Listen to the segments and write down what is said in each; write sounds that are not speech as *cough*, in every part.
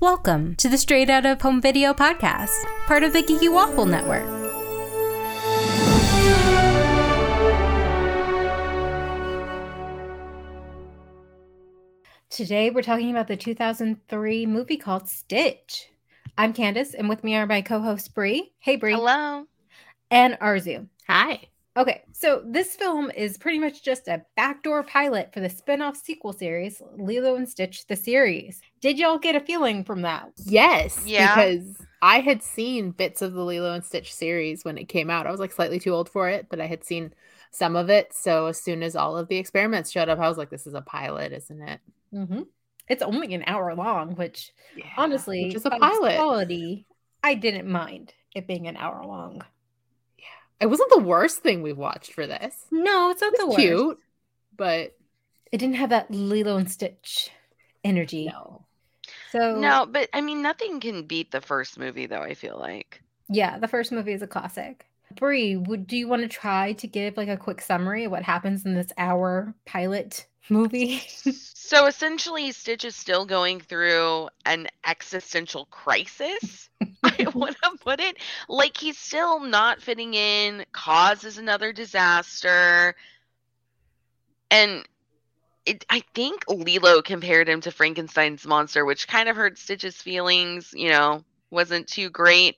Welcome to the Straight Out of Home Video Podcast, part of the Geeky Waffle Network. Today we're talking about the 2003 movie called Stitch. I'm Candace, and with me are my co-hosts Bree, hey Bree, Hello. and Arzu. Hi. Okay, so this film is pretty much just a backdoor pilot for the spin-off sequel series Lilo and Stitch the series. Did y'all get a feeling from that? Yes, Yeah. because I had seen bits of the Lilo and Stitch series when it came out. I was like slightly too old for it, but I had seen some of it. So as soon as all of the experiments showed up, I was like, "This is a pilot, isn't it?" Mhm. It's only an hour long, which Yeah. honestly, which is a by its pilot. quality, I didn't mind it being an hour long. It wasn't the worst thing we've watched for this. No, it's not It's the worst. cute, but It didn't have that Lilo and Stitch energy. no, So No, but I mean, nothing can beat the first movie, though, I feel like. yeah, the first movie is a classic. Bree, would do you want to try to give like a quick summary of what happens in this hour pilot movie? so essentially, Stitch is still going through an existential crisis. *laughs* I want to put it like he's still not fitting in, causes another disaster. And it, I think Lilo compared him to Frankenstein's monster, which kind of hurt Stitch's feelings, you know, wasn't too great.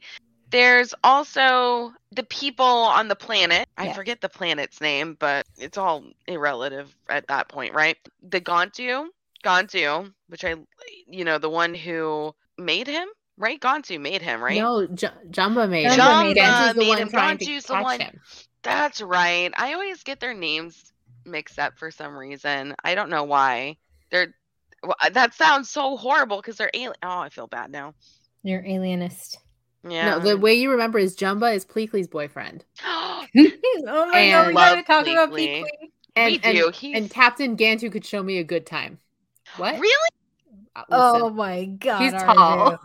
There's also the people on the planet. I Yes. forget the planet's name, but it's all irrelative at that point, right? The Gontu, Gontu, which I, you know, the one who made him, right? Gontu made him, right? no, J- Jumba made Jumba it. Jumba made it. Gantu's the made one him. trying to Gantu's the catch one- him. That's right. I always get their names mixed up for some reason. I don't know why. They're well, uh, that sounds so horrible because they're alien. Oh, I feel bad now. *laughs* You're alienist. Yeah. No, *gasps* the way you remember is Jumba is Pleakley's boyfriend, oh *laughs* oh *laughs* my god, And we gotta love talk about Pleakley. Pleakley. and we do. and, He's and Captain Gantu could show me a good time. What? really. Uh, listen. Oh my god. He's Arzu. tall.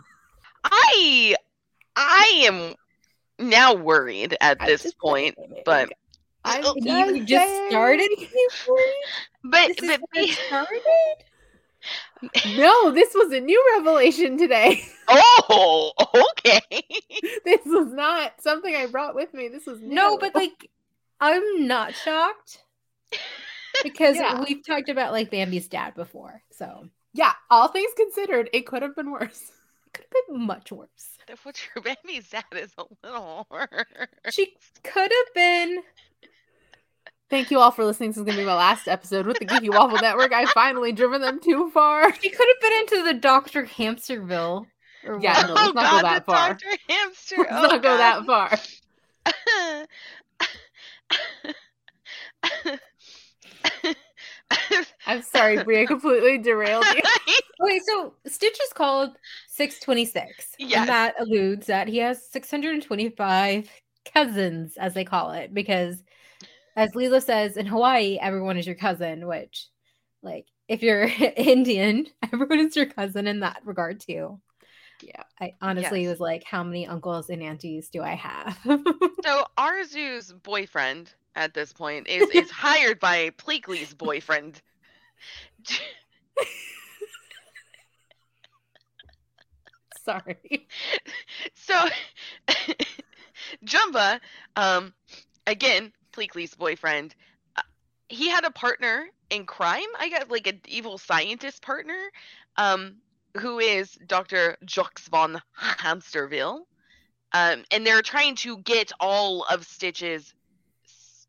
I I am now worried at I this just- point, but I'm Oh, *laughs* You just started *laughs* Pleakley? but This is but where it be- started? No, this was a new revelation today. *laughs* *laughs* oh okay. *laughs* this was not something I brought with me. This was *laughs* new. No, but like, I'm not *laughs* shocked because Yeah. we've talked about like Bambi's dad before, so yeah, all things considered, it could have been worse. it could have been much worse. What your baby's dad is a little horror. She could have been. Thank you all for listening. This is going to be my last episode with the Geeky Waffle Network. I've finally driven them too far. *laughs* She could have been into the Doctor Hamsterville. Or Yeah, yeah, no, let's not go that Oh, the far. Dr. Hamster. Let's oh, not go God. that far. I'm sorry, Bria *laughs* completely derailed you. *laughs* Wait, so Stitch is called 626. Yes. And that alludes that he has 625 cousins, as they call it, because as Lilo says, in Hawaii, everyone is your cousin, which, like, if you're *laughs* Indian, everyone is your cousin in that regard, too. Yeah. I honestly Yes. was like, how many uncles and aunties do I have? *laughs* so Arzu's boyfriend at this point is is hired by Pleakley's boyfriend. Sorry. So *laughs* Jumba, um, again Pleakley's boyfriend, uh, he had a partner in crime. I got like an evil scientist partner, um, who is Doctor Jux von Hamsterville, um, and they're trying to get all of Stitch's s-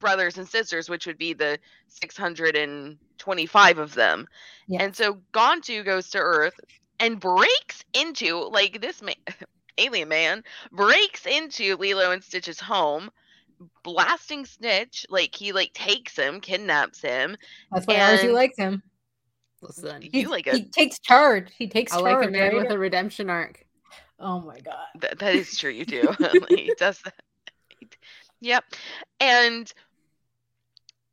brothers and sisters, which would be the six hundred and twenty-five of them. Yeah. And so Gontu goes to Earth and breaks into like this man, *laughs* alien man breaks into Lilo and Stitch's home, blasting Stitch. Like he like takes him, kidnaps him. That's why Arzu And- likes him. Listen, You like He it. takes charge. He takes I charge. like a man right? with a redemption arc. Oh my God. That, that is true. You do. *laughs* he does that. Yep. And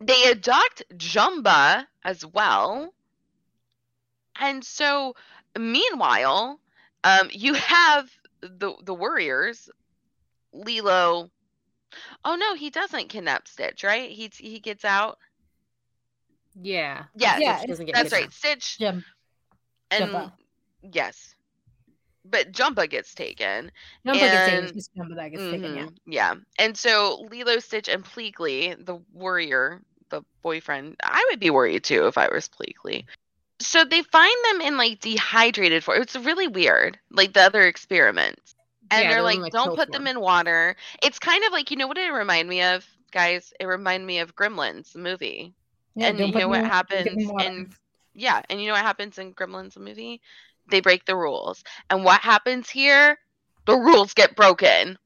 they adopt Jumba as well. And so, meanwhile, um, you have the the warriors, Lilo. Oh no, he doesn't kidnap Stitch, right? He he gets out. Yeah. Yes, Yeah, Stitch doesn't get that's hit right. Stitch Jim. and Jumba. Yes. But Jumba gets taken. Jumbo gets taken. And- It's just Jumbo that gets taken. Yeah. Mhm, yeah. And so Lilo, Stitch, and Pleakley, the warrior, the boyfriend, I would be worried too if I was Pleakley. So they find them in like dehydrated form. It's really weird, like the other experiments. And Yeah, they're the one like, in, like, don't pill put them form." in water. It's kind of like, you know what it reminded me of, guys? It reminded me of Gremlins, the movie. Yeah, and don't you put know them what in- happens give them water. in yeah and you know what happens in gremlins the movie they break the rules and what happens here the rules get broken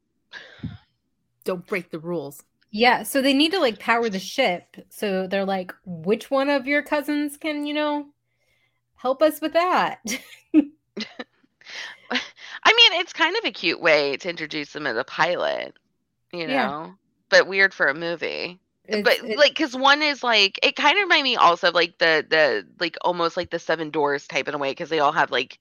Don't break the rules. Yeah, so they need to like power the ship. So they're like, which one of your cousins can, you know, help us with that? *laughs* i mean it's kind of a cute way to introduce them as a pilot you know Yeah. but weird for a movie It's- but it- like because one is like it kind of reminded me also of like the the like almost like the seven doors type in a way because they all have like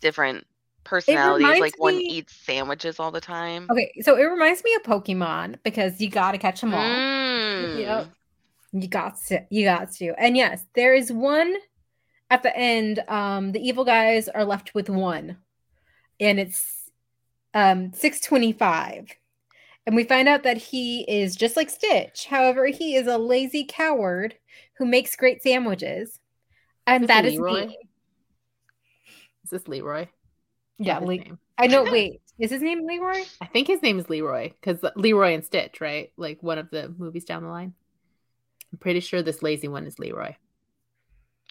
different personalities reminds like one me- eats sandwiches all the time okay, so it reminds me of Pokemon because you gotta catch them all. Mm. Yep. You got to, you got to. And yes, there is one at the end. Um, the evil guys are left with one, and it's um 625. And we find out that he is just like Stitch. However, he is a lazy coward who makes great sandwiches. And Is this that is Leroy? me. Is this Leroy? Is Yeah, that his Le- name? I know. Wait, is his name Leroy? I think his name is Leroy because Leroy and Stitch, right? Like one of the movies down the line. I'm pretty sure this lazy one is Leroy.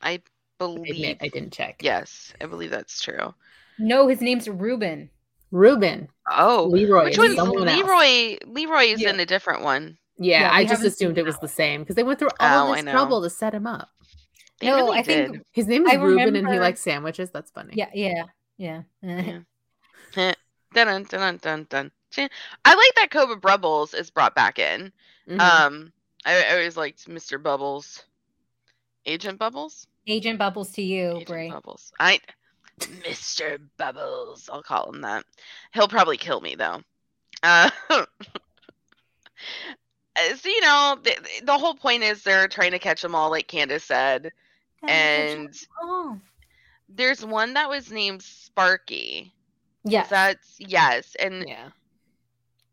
I believe admit I didn't check. Yes, I believe that's true. No, his name's Ruben. Ruben. Oh, Leroy. which is one's someone else. Leroy? Leroy is Yeah. in a different one. Yeah, Yeah, I we just haven't assumed seen it was the same because they went through all Oh, I this know. trouble to set him up. They no, really I think. did. His name is I Ruben and he remember- likes sandwiches. That's funny. Yeah, yeah, yeah. Yeah. Dun, dun, dun, dun, dun, dun. I like that Cobra Brubbles is brought back in. Mm-hmm. Mhm. Um, I, I always liked Mr. Bubbles, Agent Bubbles, *laughs* Agent Bubbles to you, Agent Oh, Bray. Bubbles. I, Mr. Bubbles. I'll call him that. He'll probably kill me though. Uh, *laughs* uh, so you know, the, the whole point is they're trying to catch them all, like Candace said, and. Oh. There's one that was named Sparky. Yes. That's yes, and yeah.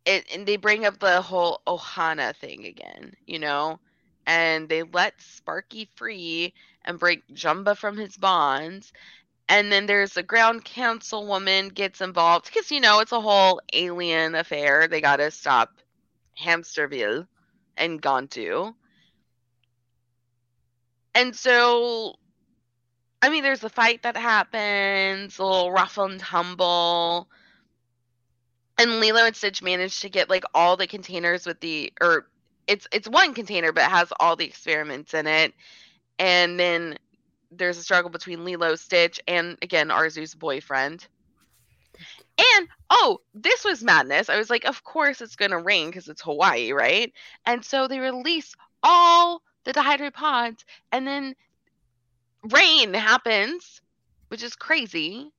it and they bring up the whole Ohana thing again, you know, and they let Sparky free and break Jumba from his bonds, and then there's the ground council woman gets involved because you know it's a whole alien affair. They gotta stop Hamsterville and Gantu, and so. I mean, there's the fight that happens, a little rough and tumble and Lilo and Stitch managed to get like all the containers with the or it's it's one container but it has all the experiments in it. And then there's a struggle between Lilo, Stitch, and again Arzu's boyfriend. And oh, this was madness. I was like, of course it's gonna rain because it's Hawaii, right? And so they release all the dehydrated pods, and then rain happens, which is crazy.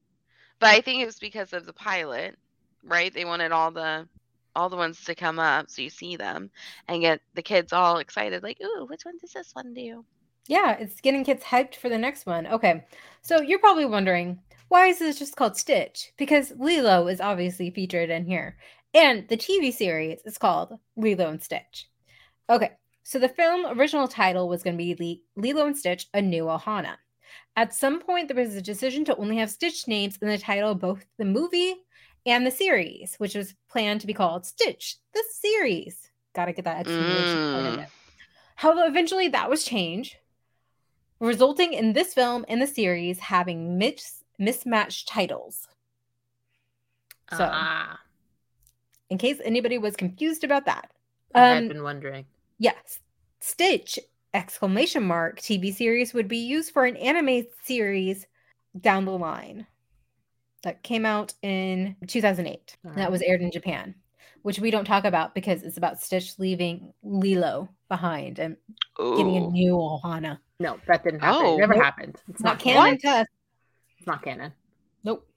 But I think it was because of the pilot, right? They wanted all the all the ones to come up so you see them and get the kids all excited, like, ooh, which one does this one do? Yeah, it's getting kids hyped for the next one. Okay. So you're probably wondering, why is this just called Stitch? Because Lilo is obviously featured in here. And the TV series is called Lilo and Stitch. Okay. So the film original title was going to be Le- Lilo and Stitch: A New Ohana. At some point there was a decision to only have Stitch names in the title of both the movie and the series, which was planned to be called Stitch: The Series. Got to get that exclamation point in Mm. there. However, eventually that was changed, resulting in this film and the series having mis- mismatched titles. So, ah, in case anybody was confused about that, I had um, been wondering. yes, Stitch exclamation mark TV series would be used for an anime series down the line that came out in 2008. All That was aired in Japan, which we don't talk about because it's about Stitch leaving Lilo behind and getting a Ooh. new Ohana. No, that didn't happen. Oh. it never Nope. happened. It's Not not canon to us. It's not canon. Nope.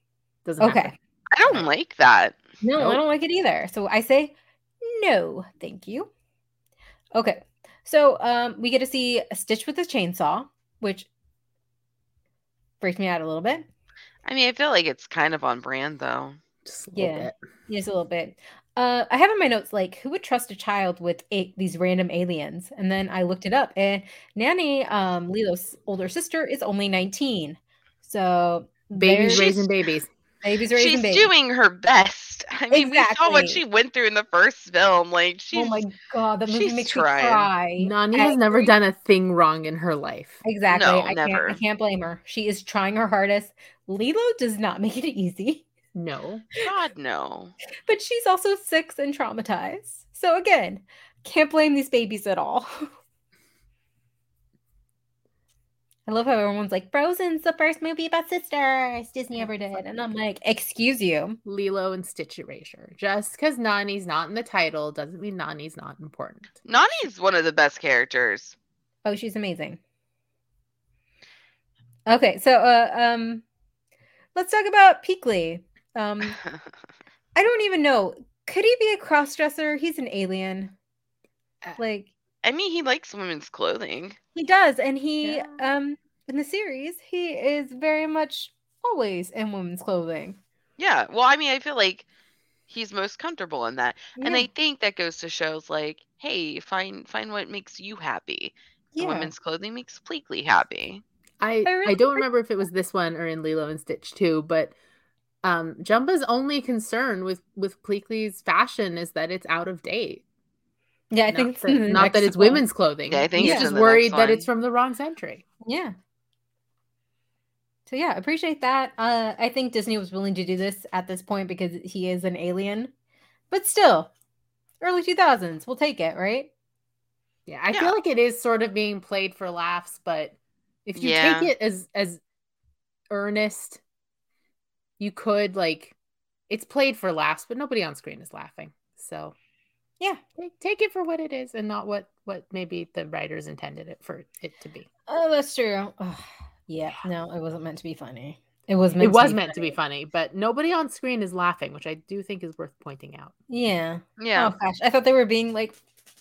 Doesn't Okay. happen. I don't like that. No, I Nope. don't like it either. So I say no, thank you. Okay. So um we get to see a Stitch with a chainsaw, which freaked me out a little bit. I mean, I feel like it's kind of on brand though. Just a little Yeah. bit. Just a little bit. Uh, I have in my notes like who would trust a child with a- these random aliens, and then I looked it up, and Nanny, um, Lilo's older sister, is only nineteen, so Babies there's- raising raising babies. babies raising She's babies. doing her best. *laughs* I mean, we saw what Exactly. she went through in the first film. Like she's oh my god, that movie she's makes trying. me cry. Nani *laughs* I has never agree. done a thing wrong in her life. Exactly. No, I, never. Can't, I can't blame her. She is trying her hardest. Lilo does not make it easy, No. God no. but she's also six and traumatized. So again, can't blame these babies at all. *laughs* I love how everyone's like, Frozen's the first movie about sisters Disney ever did. And I'm like, excuse you. Lilo and Stitch Erasure. Just because Nani's not in the title doesn't mean Nani's not important. Nani's one of the best characters. *laughs* Oh, she's amazing. Okay, so uh, um, let's talk about Peakley. Um, I don't even know. Could he be a crossdresser? He's an alien. Uh, Like I mean, he likes women's clothing. he does, and he Yeah. um in the series he is very much always in women's clothing. Yeah. Well, I mean, I feel like he's most comfortable in that. And Yeah, I think that goes to shows like, hey, find find what makes you happy. The yeah. women's clothing makes Pleakley happy. I, I I, really don't like remember if it was this one or in Lilo and Stitch 2, but um Jumba's only concern with with Pleakley's fashion is that it's out of date. yeah. I not think it's that, in the *laughs* not that next it's one. women's clothing. Yeah, I think He's it's just in the worried next that it's one. from the wrong century. Yeah. So yeah, appreciate that. Uh, I think Disney was willing to do this at this point because he is an alien, but still, early two thousands, we'll take it, right? Yeah, I Yeah. feel like it is sort of being played for laughs, but if you Yeah. take it as as earnest, you could like it's played for laughs, but nobody on screen is laughing. So Yeah. take, take it for what it is and not what what maybe the writers intended it for it to be. Oh, that's true. Ugh. Yeah, no, it wasn't meant to be funny. It was meant. it was be meant to be funny, but nobody on screen is laughing, which I do think is worth pointing out. Yeah. Yeah. Oh gosh, I thought they were being like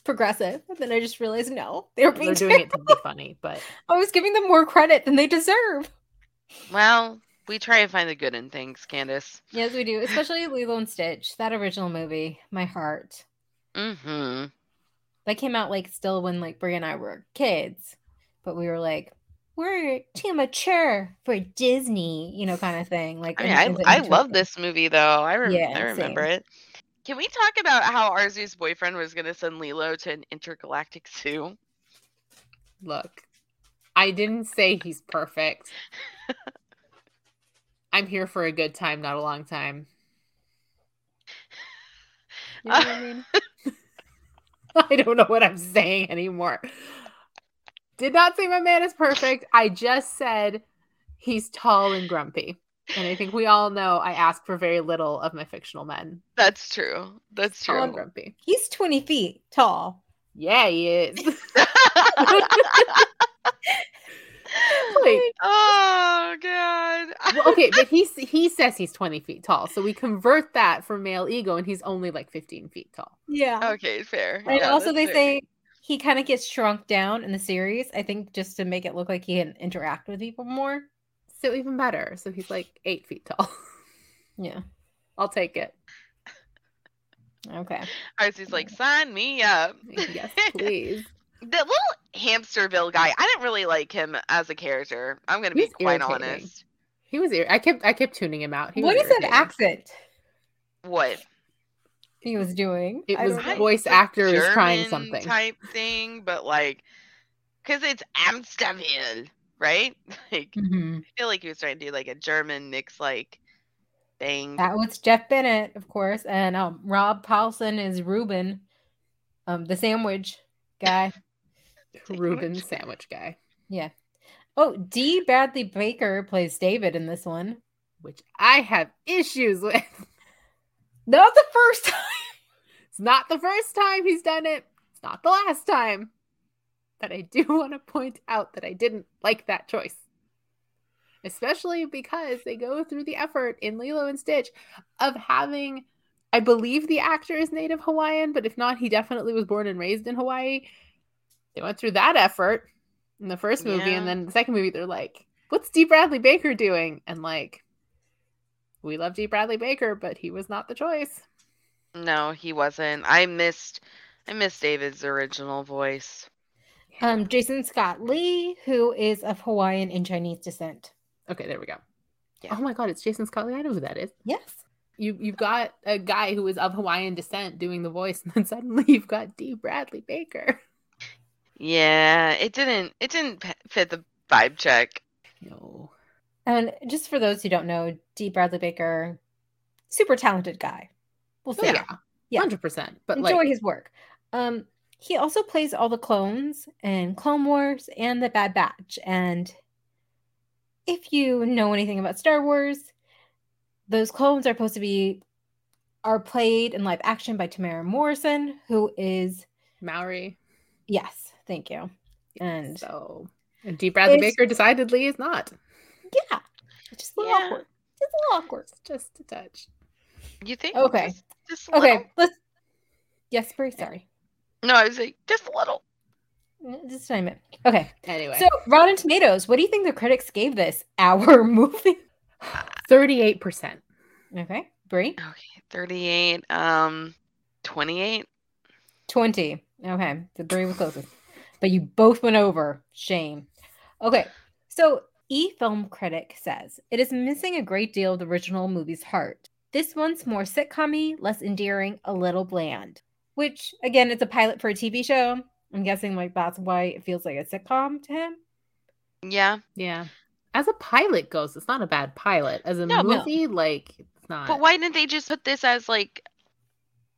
progressive, and then I just realized no, they were being. They're Ter- doing it to be funny, but I was giving them more credit than they deserve. Well, we try and find the good in things, Candace. Yes, we do, especially Lilo and Stitch, that original movie. My heart. Mm-hmm. That came out like still when like Brie and I were kids, but we were like, we're too mature for Disney, you know, kind of thing. Like, I in- in mean, the I, I love interim. this movie though. I, rem- Yeah, I remember same. it. Can we talk about how Arzu's boyfriend was going to send Lilo to an intergalactic zoo? Look, I didn't say he's perfect. I'm here for a good time, not a long time. *laughs* You know what I *laughs* mean? I don't know what I'm saying anymore. Did not say my man is perfect. I just said he's tall and grumpy. And I think we all know I ask for very little of my fictional men. That's true. That's Oh, Tall and true. *laughs* grumpy. He's twenty feet tall. Yeah, he is. Like, oh god. Well, okay, but he he says he's twenty feet tall, so we convert that for male ego, and he's only like fifteen feet tall. yeah. *laughs* Okay, fair. And Oh, Yeah, also, that's they fair. say he kind of gets shrunk down in the series. I think just to make it look like he can interact with people more. So even better. So he's like eight feet tall. *laughs* Yeah. I'll take it. Okay. Arzu's like, sign me up. *laughs* Yes, please. The little hamsterville guy, I didn't really like him as a character. I'm gonna be He's quite irritating. honest. He was. Ir- I kept. I kept tuning him out. He What was is that irritating. accent What? he was doing? It I was don't know. I- voice the actor is trying German something. type thing, but like, because it's Amsterdam, right? *laughs* Like, Mhm. I feel like he was trying to do like a German mix, like thing. That was Jeff Bennett, of course, and um, Rob Paulson is Ruben, um, the sandwich guy. Reuben sandwich guy, Oh, D. Bradley Baker plays David in this one. which I have issues with. Not the first *laughs* time. It's not the first time he's done it. It's not the last time. But I do *laughs* want to point out that I didn't like that choice. Especially because they go through the effort in Lilo and Stitch of having, I believe the actor is native Hawaiian, but if not, he definitely was born and raised in Hawaii. They went through that effort in the first movie, Yeah. and then the second movie, they're like, what's Dee Bradley Baker doing? And like, we love D. Bradley Baker, but he was not the choice. No, he wasn't. I missed I missed David's original voice. Um, Jason Scott Lee, who is of Hawaiian and Chinese descent. Okay, there we go. Yeah. Oh my god, it's Jason Scott. Lee. I know who that is. Yes. You you've got a guy who is of Hawaiian descent doing the voice, *laughs* and then suddenly you've got D. Bradley Baker. Yeah, it didn't it didn't p- fit the vibe check. No. And just for those who don't know, D. Bradley Baker, super talented guy. We'll So say yeah. Yeah. Hundred percent. But enjoy like his work. Um, he also plays all the clones and Clone Wars and the Bad Batch. And if you know anything about Star Wars, those clones are supposed to be are played in live action by Tamara Morrison, who is Maori. yes, thank you. And- so and D. Bradley It's- Baker decidedly is not. Yeah, it's just a little Yeah. awkward. It's a little awkward. It's just a touch. You think Okay. Just, just a little. Okay, let's. Yes, Bree. Sorry, No, I was like, just a little. just a minute. Okay, Anyway. so Rotten Tomatoes. What do you think the critics gave this *laughs* our movie? thirty-eight percent. Okay, Bree. Okay, 38, um, 28. 20. Okay. The three were closest. But you both went over. Shame. Okay. So E Film Critic says it is missing a great deal of the original movie's heart. This one's more sitcom less endearing, a little bland. Which again, it's a pilot for a TV show. I'm guessing like that's why it feels like a sitcom to him. Yeah, Yeah. As a pilot goes, it's not a bad pilot. As a No, but- movie, like it's not. but why didn't they just put this as like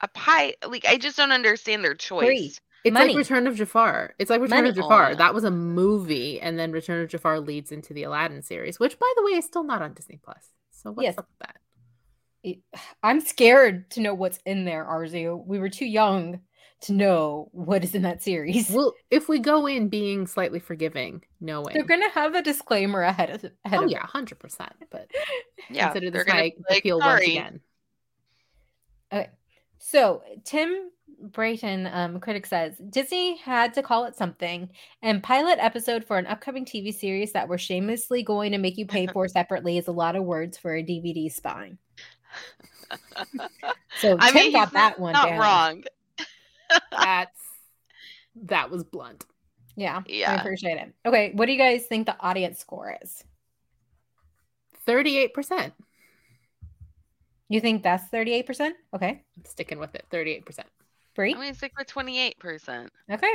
a pie? Like, I just don't understand their choice. Free. It's Money. like Return of Jafar. It's like Return of Money. Jafar. Aw. That was a movie, and then Return of Jafar leads into the Aladdin series, which, by the way, is still not on Disney Plus. So what's Yes. up with that? It- I'm scared to know what's in there, Arzu. We were too young to know what is in that series. Well, if we go in being slightly forgiving, no way. They're gonna have a disclaimer ahead of ahead oh of yeah, hundred percent. But Yeah, consider they're this gonna my be like, appeal once sorry. again. So Tim Brayton, um, critic says Disney had to call it something, and pilot episode for an upcoming TV series that we're shamelessly going to make you pay *laughs* for separately is a lot of words for a DVD spine. So I Tim mean, got he's that not, one not down. wrong. That's that was blunt. Yeah, I Yeah. appreciate it. Okay, what do you guys think the audience score is? Thirty-eight percent. You think that's thirty-eight percent? Okay, I'm sticking with it. Thirty-eight percent. Bree. I'm gonna stick with 28 percent. Okay,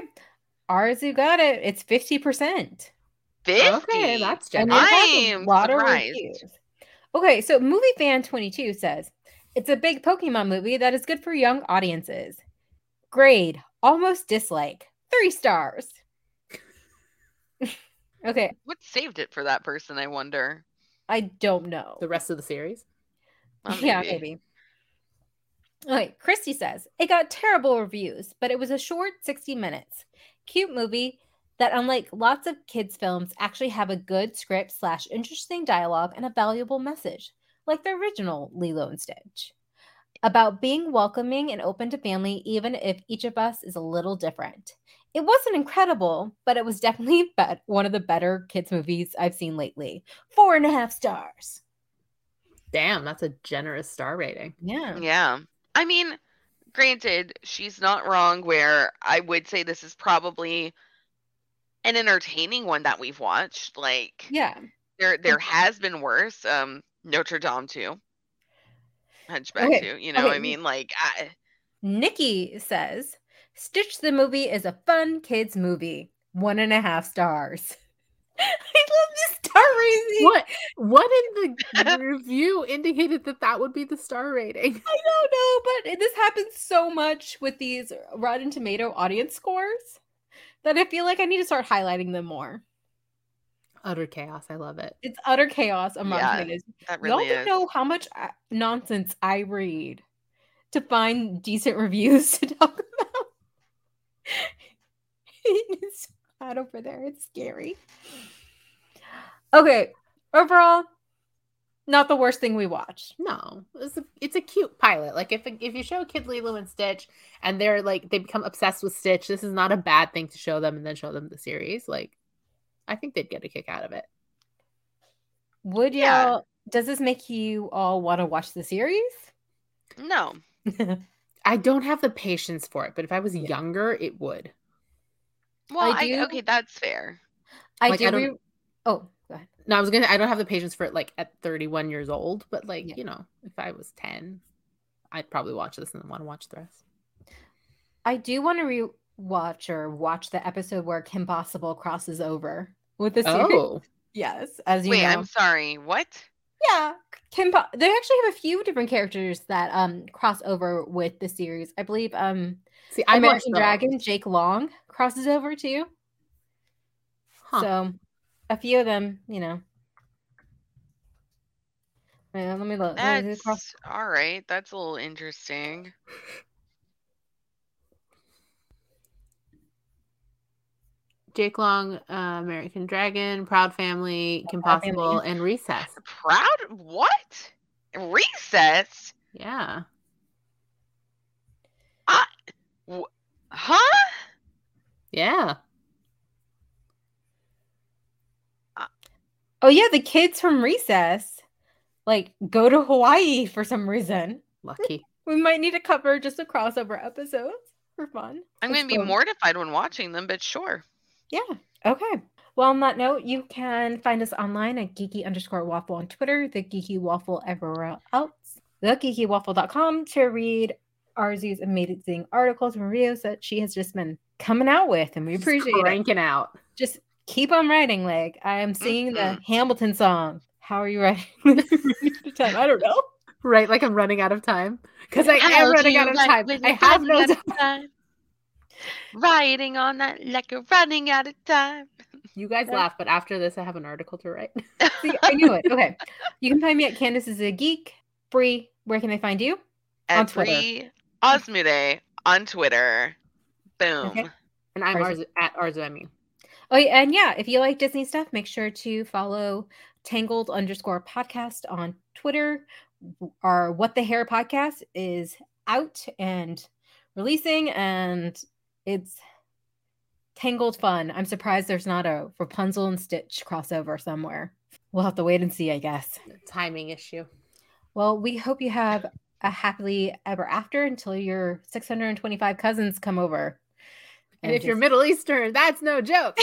Arzu got it. It's fifty percent. 50. Okay, that's And generous. it has a I'm lot of surprised. reviews. Okay, so movie fan 22 says it's a big Pokemon movie that is good for young audiences. Grade almost dislike three stars. *laughs* okay, what saved it for that person? I wonder. I don't know. The rest of the series. Well, *laughs* Yeah, maybe. Okay, Christy says it got terrible reviews, but it was a short 60 minutes. Cute movie that, unlike lots of kids' films, actually have a good script slash interesting dialogue and a valuable message, like the original Lilo and Stitch. About being welcoming and open to family, even if each of us is a little different. It wasn't incredible, but it was definitely *laughs* bet- one of the better kids' movies I've seen lately. Four and a half stars. Damn, that's a generous star rating. Yeah. Yeah. I mean, granted, she's not wrong where I would say this is probably an entertaining one that we've watched. Like Yeah. there there has been worse. Um Notre Dame too. Hunchback Okay, too. You know, okay. I mean like I, Nikki says, Stitch the movie is a fun kids movie. One and a half stars. *laughs* I love this star rating. What? What in the review indicated that that would be the star rating? *laughs* I don't know, but this happens so much with these Rotten Tomato audience scores that I feel like I need to start highlighting them more. Utter chaos. I love it. It's utter chaos on Rotten Yeah, Tomatoes. that really Y'all don't is. know how much I- nonsense I read to find decent *laughs* reviews to talk about. *laughs* it's hot over there. It's scary. Okay. Overall, not the worst thing we watched. No, it's a, it's a cute pilot. Like if if you show kid Lilo and Stitch, and they're like they become obsessed with Stitch, this is not a bad thing to show them, and then show them the series. Like, I think they'd get a kick out of it. Would Yeah. y'all does this make you all want to watch the series? *laughs* No. I don't have the patience for it, but if I was younger, it would. Well, I I do- okay, that's fair. I Like, do. I don't- re- oh, go ahead. No, I was gonna. I don't have the patience for it. Like at 31 years old, but like Yeah. you know, if I was 10, I'd probably watch this and then want to watch the rest. I do want to rewatch or watch the episode where Kim Possible crosses over with the series. Oh, *laughs* Yes, as you Wait, know. I'm sorry. What? Yeah, Kim. Po- they actually have a few different characters that um cross over with the series. I believe um *laughs* see, I American watched Dragon Jake Long crosses over too. Huh. So a few of them, you know. Wait, let me look. Let me That's cross- all right. That's a little interesting. Jake Long, uh, American Dragon, Proud Family, Kim Proud Family. Possible, and Recess. Proud what? Recess? Yeah. Huh? Yeah. Oh yeah, the kids from Recess like go to Hawaii for some reason. Lucky. We might need to cover just a crossover episode for fun. I'm Let's gonna be go. mortified when watching them, but sure. Yeah. Okay. Well, on that note, you can find us online at geeky underscore waffle on Twitter, the geeky waffle everywhere else, thegeekywaffle.com to read Arzu's amazing articles and reviews that she has just been coming out with, and we Just appreciate it. cranking out. Just keep on writing. Like, I am singing the Mhm. Hamilton song. How are you writing? *laughs* this from minute to time? I don't know. Right, like I'm running out of time because I am running out of time. I have no time. time. Riding on that like you're running out of time. You guys laugh, but after this, I have an article to write. See, I knew it. Okay. You can find me at Candace is a Geek. Bree, where can they find you? On At Twitter. Bree Osmude on Twitter. Boom. Okay. And I'm Arzu. Arzu, at Arzu. I mean, Oh, yeah, and yeah, if you like Disney stuff, make sure to follow Tangled underscore podcast on Twitter. Our What the Hair podcast is out and releasing, and it's Tangled fun. I'm surprised there's not a Rapunzel and Stitch crossover somewhere. We'll have to wait and see, I guess. timing issue. Well, we hope you have a happily ever after until your 625 cousins come over. And if you're just- Middle Eastern, that's no joke.